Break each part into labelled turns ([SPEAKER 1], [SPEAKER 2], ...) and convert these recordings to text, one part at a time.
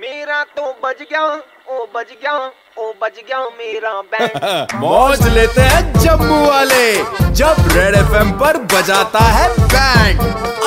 [SPEAKER 1] मेरा तो बज गया ओ बज गया ओ बज गया मेरा बैंड
[SPEAKER 2] मौज लेते हैं जम्मू वाले जब रेड एफएम पर बजाता है बैंड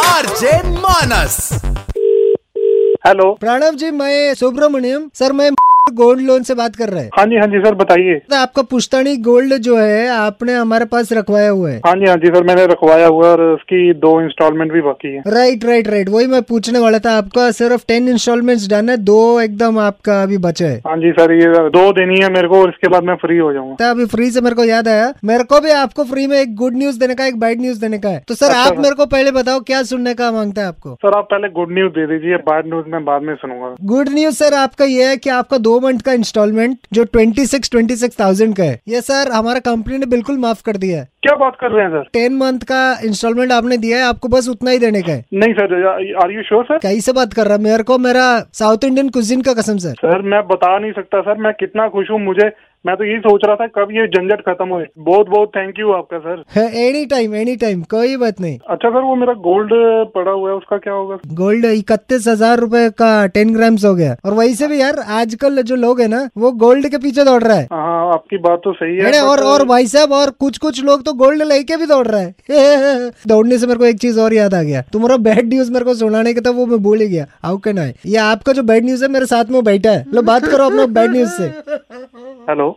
[SPEAKER 2] आरजे मानस
[SPEAKER 3] हेलो
[SPEAKER 4] प्रणव जी मैं सुब्रमण्यम सर मैं गोल्ड लोन से बात कर रहे हैं
[SPEAKER 3] हाँ जी हाँ जी सर बताइए
[SPEAKER 4] तो आपका पुश्तैनी गोल्ड जो है आपने हमारे पास रखवाया हुआ है
[SPEAKER 3] हाँ जी हाँ जी सर मैंने रखवाया हुआ है और उसकी दो इंस्टॉलमेंट भी बाकी है
[SPEAKER 4] राइट राइट राइट वही मैं पूछने वाला था आपका सिर्फ टेन इंस्टॉलमेंट्स डन है दो एकदम आपका अभी बचे है
[SPEAKER 3] हाँ जी सर ये दो दिन ही है मेरे को और इसके बाद मैं फ्री हो जाऊंगा
[SPEAKER 4] तो अभी फ्री से मेरे को याद आया मेरे को भी आपको फ्री में एक गुड न्यूज देने का एक बैड न्यूज देने का है तो सर आप मेरे को पहले बताओ क्या सुनने का मांगता है आपको
[SPEAKER 3] सर आप पहले गुड न्यूज दे दीजिए बैड न्यूज मैं बाद में सुनूंगा
[SPEAKER 4] गुड न्यूज सर आपका ये है कि आपका दो मंथ का इंस्टॉलमेंट जो twenty six twenty six thousand का है ये सर हमारा कंपनी ने बिल्कुल माफ कर दिया है
[SPEAKER 3] क्या बात कर रहे हैं सर
[SPEAKER 4] टेन मंथ का इंस्टॉलमेंट आपने दिया है आपको बस उतना ही देने का है
[SPEAKER 3] नहीं sir are you sure sir
[SPEAKER 4] कैसे बात कर रहा है? मेरे को मेरा साउथ इंडियन कुजिन का कसम सर
[SPEAKER 3] सर मैं बता नहीं सकता सर मैं कितना खुश हूँ मुझे मैं तो यही सोच रहा था कब ये झंझट खत्म हो बहुत बहुत थैंक यू आपका sir
[SPEAKER 4] any time any time कोई बात नहीं
[SPEAKER 3] अच्छा सर वो मेरा गोल्ड पड़ा हुआ है उसका क्या होगा
[SPEAKER 4] गोल्ड इकतीस हजार रूपए का टेन ग्राम्स हो गया और वहीं से भी यार आजकल जो लोग है ना वो गोल्ड के पीछे दौड़ रहा है
[SPEAKER 3] हाँ आपकी बात तो सही है
[SPEAKER 4] अरे
[SPEAKER 3] but-
[SPEAKER 4] और और भाई साहब और कुछ कुछ लोग तो गोल्ड लेके भी दौड़ रहा है दौड़ने से मेरे को एक चीज और याद आ गया तुम्हारा बैड न्यूज मेरे को सुनाने का था वो मैं भूल ही गया हाउ कैन आई ये आपका जो बैड न्यूज है मेरे साथ में बैठा है लो बात करो अपना बैड न्यूज से
[SPEAKER 3] हेलो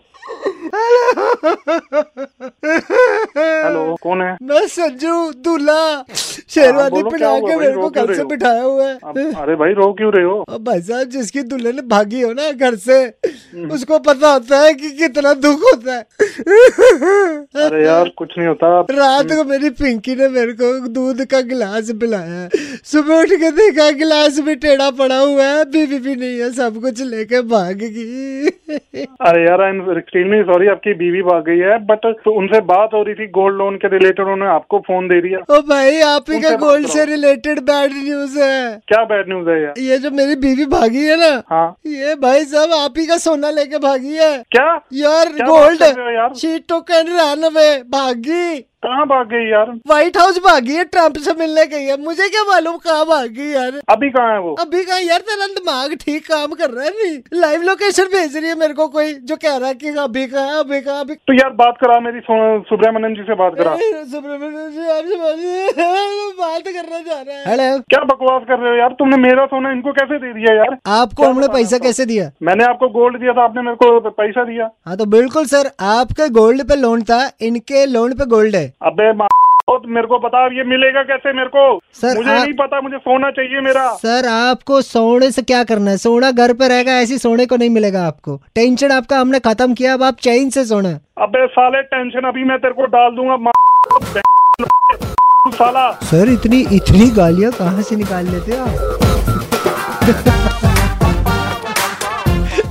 [SPEAKER 3] हेलो कौन है
[SPEAKER 4] मैं संजू दूल्हा
[SPEAKER 3] हाँ,
[SPEAKER 4] शेरवानी
[SPEAKER 3] बोलो, क्या
[SPEAKER 4] पहना
[SPEAKER 3] हुआ
[SPEAKER 4] के
[SPEAKER 3] भाई,
[SPEAKER 4] मेरे को
[SPEAKER 3] रो क्यों
[SPEAKER 4] घर
[SPEAKER 3] रहे
[SPEAKER 4] से
[SPEAKER 3] हो?
[SPEAKER 4] बिठाया हुआ है
[SPEAKER 3] आप- अरे भाई रो क्यों रहे हो
[SPEAKER 4] अब भाई साहब जिसकी दुल्हन भागी हो ना घर से
[SPEAKER 3] हम्म।
[SPEAKER 4] उसको पता होता है कि कितना दुख होता है
[SPEAKER 3] अरे हम्म। यार कुछ नहीं होता आप-
[SPEAKER 4] रात को मेरी पिंकी ने मेरे को दूध का गिलास पिलाया है। सुबह उठ के देखा गिलास भी टेढ़ा पड़ा हुआ है बीवी भी नहीं है सब कुछ लेके भाग गई
[SPEAKER 3] अरे यार आई एम एक्सट्रीमली सॉरी आपकी बीवी भाग गई है बट उनसे बात हो रही थी गोल्ड लोन के रिलेटेड उन्होंने आपको फोन दे दिया
[SPEAKER 4] ओ भाई आप ही का
[SPEAKER 3] उनसे बात
[SPEAKER 4] गोल्ड से
[SPEAKER 3] करो।
[SPEAKER 4] रिलेटेड बैड न्यूज है
[SPEAKER 3] क्या बैड न्यूज है यार
[SPEAKER 4] ये जो मेरी बीवी भागी है ना
[SPEAKER 3] हाँ
[SPEAKER 4] ये भाई साहब आप ही का सोना लेके भागी है
[SPEAKER 3] क्या
[SPEAKER 4] यार
[SPEAKER 3] क्या बात
[SPEAKER 4] गोल्ड
[SPEAKER 3] कर रहे हो यार?
[SPEAKER 4] She took and run away भागी
[SPEAKER 3] कहाँ भाग गई यार
[SPEAKER 4] व्हाइट हाउस भागी है ट्रम्प से मिलने गई है मुझे क्या मालूम कहाँ भागी यार
[SPEAKER 3] अभी कहाँ है वो
[SPEAKER 4] अभी कहा यार तेरा दिमाग ठीक काम कर रहा है नहीं लाइव लोकेशन भेज रही है मेरे को कोई जो कह रहा है कि अभी कहा है, अभी कहा अभी
[SPEAKER 3] तो यार बात करा मेरी सु- सुब्रमण्यम जी से बात करा
[SPEAKER 4] सुब्रमण्यम जी आपसे बात- बात करना चाह रहा है हेलो
[SPEAKER 3] क्या बकवास कर रहे हो यार तुमने मेरा सोना इनको कैसे दे दिया यार
[SPEAKER 4] आपको हमने पैसा कैसे दिया
[SPEAKER 3] मैंने आपको गोल्ड दिया था आपने मेरे को पैसा दिया
[SPEAKER 4] हाँ तो बिल्कुल सर आपके गोल्ड पे लोन था इनके लोन पे गोल्ड है
[SPEAKER 3] अबे माँ, तो मेरे को बता ये मिलेगा कैसे मेरे को
[SPEAKER 4] सर,
[SPEAKER 3] मुझे
[SPEAKER 4] आप-
[SPEAKER 3] नहीं पता मुझे सोना चाहिए मेरा
[SPEAKER 4] सर आपको सोने से क्या करना है सोना घर पे रहेगा ऐसी सोने को नहीं मिलेगा आपको टेंशन आपका हमने खत्म किया अब आप चैन से सोना है।
[SPEAKER 3] अबे साले टेंशन अभी मैं तेरे को डाल दूंगा माँ, साला
[SPEAKER 4] सर इतनी इतनी गालियां कहाँ से निकाल लेते हो आप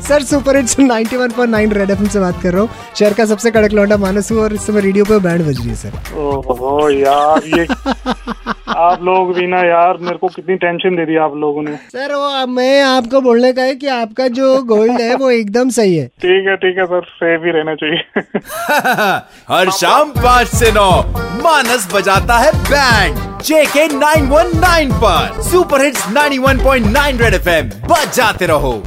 [SPEAKER 4] sir super hits 91.9 red FM से बात कर रहा हूँ शहर का सबसे कड़क लौंडा मानस हूँ और इस समय रेडियो पे बैंड बज रही है सर
[SPEAKER 3] ओहो यार ये आप लोग भी ना यार मेरे को कितनी टेंशन दे दी आप लोगों ने
[SPEAKER 4] सर वो मैं आपको बोलने का है कि आपका जो गोल्ड है वो एकदम सही है
[SPEAKER 3] ठीक है ठीक है सर सेफ ही रहना चाहिए
[SPEAKER 2] हर शाम पाँच से नौ मानस बजाता है band JK nine one nine पर सुपर हिट्स 91.9 रेड एफएम बजाते रहो